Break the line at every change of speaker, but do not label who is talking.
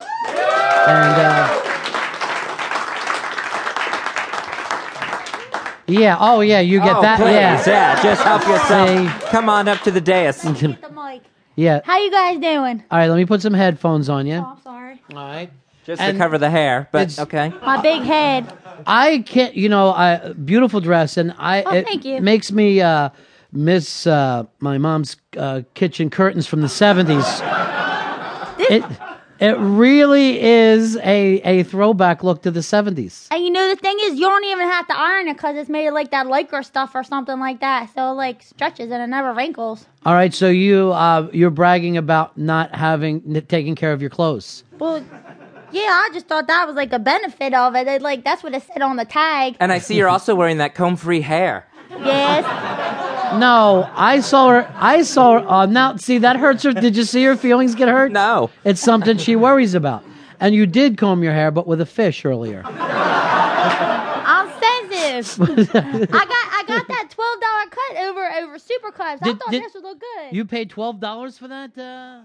uh, Yeah. Oh, yeah. You get
oh,
that.
please,
yeah.
Just help yourself.
See?
Come on up to the dais.
the mic.
Yeah.
How you guys doing?
All right. Let me put some headphones on you.
Oh, I'm sorry.
All right.
Just
And
to cover the hair, but
it's-
okay.
My big head.
I can't. You know, I beautiful dress, and I.
Oh,
it
thank you.
Makes me uh, miss uh, my mom's uh, kitchen curtains from the seventies. it it really is a a throwback look to the seventies.
And you know the thing is, you don't even have to iron it because it's made of like that lycra stuff or something like that. So it, like stretches and it never wrinkles.
All right. So you uh, you're bragging about not having n- taking care of your clothes.
Well, yeah, I just thought that was like a benefit of it. It, like that's what it said on the tag.
And I see you're also wearing that comb-free hair.
Yes.
No, I saw her. I saw her. Uh, now, see, that hurts her. Did you see her feelings get hurt?
No.
It's something she worries about. And you did comb your hair, but with a fish earlier.
I'm sensitive. I got I got that twelve dollar cut over over supercuts. I
Did-
thought
did-
this would look good.
You paid twelve dollars for that. Uh...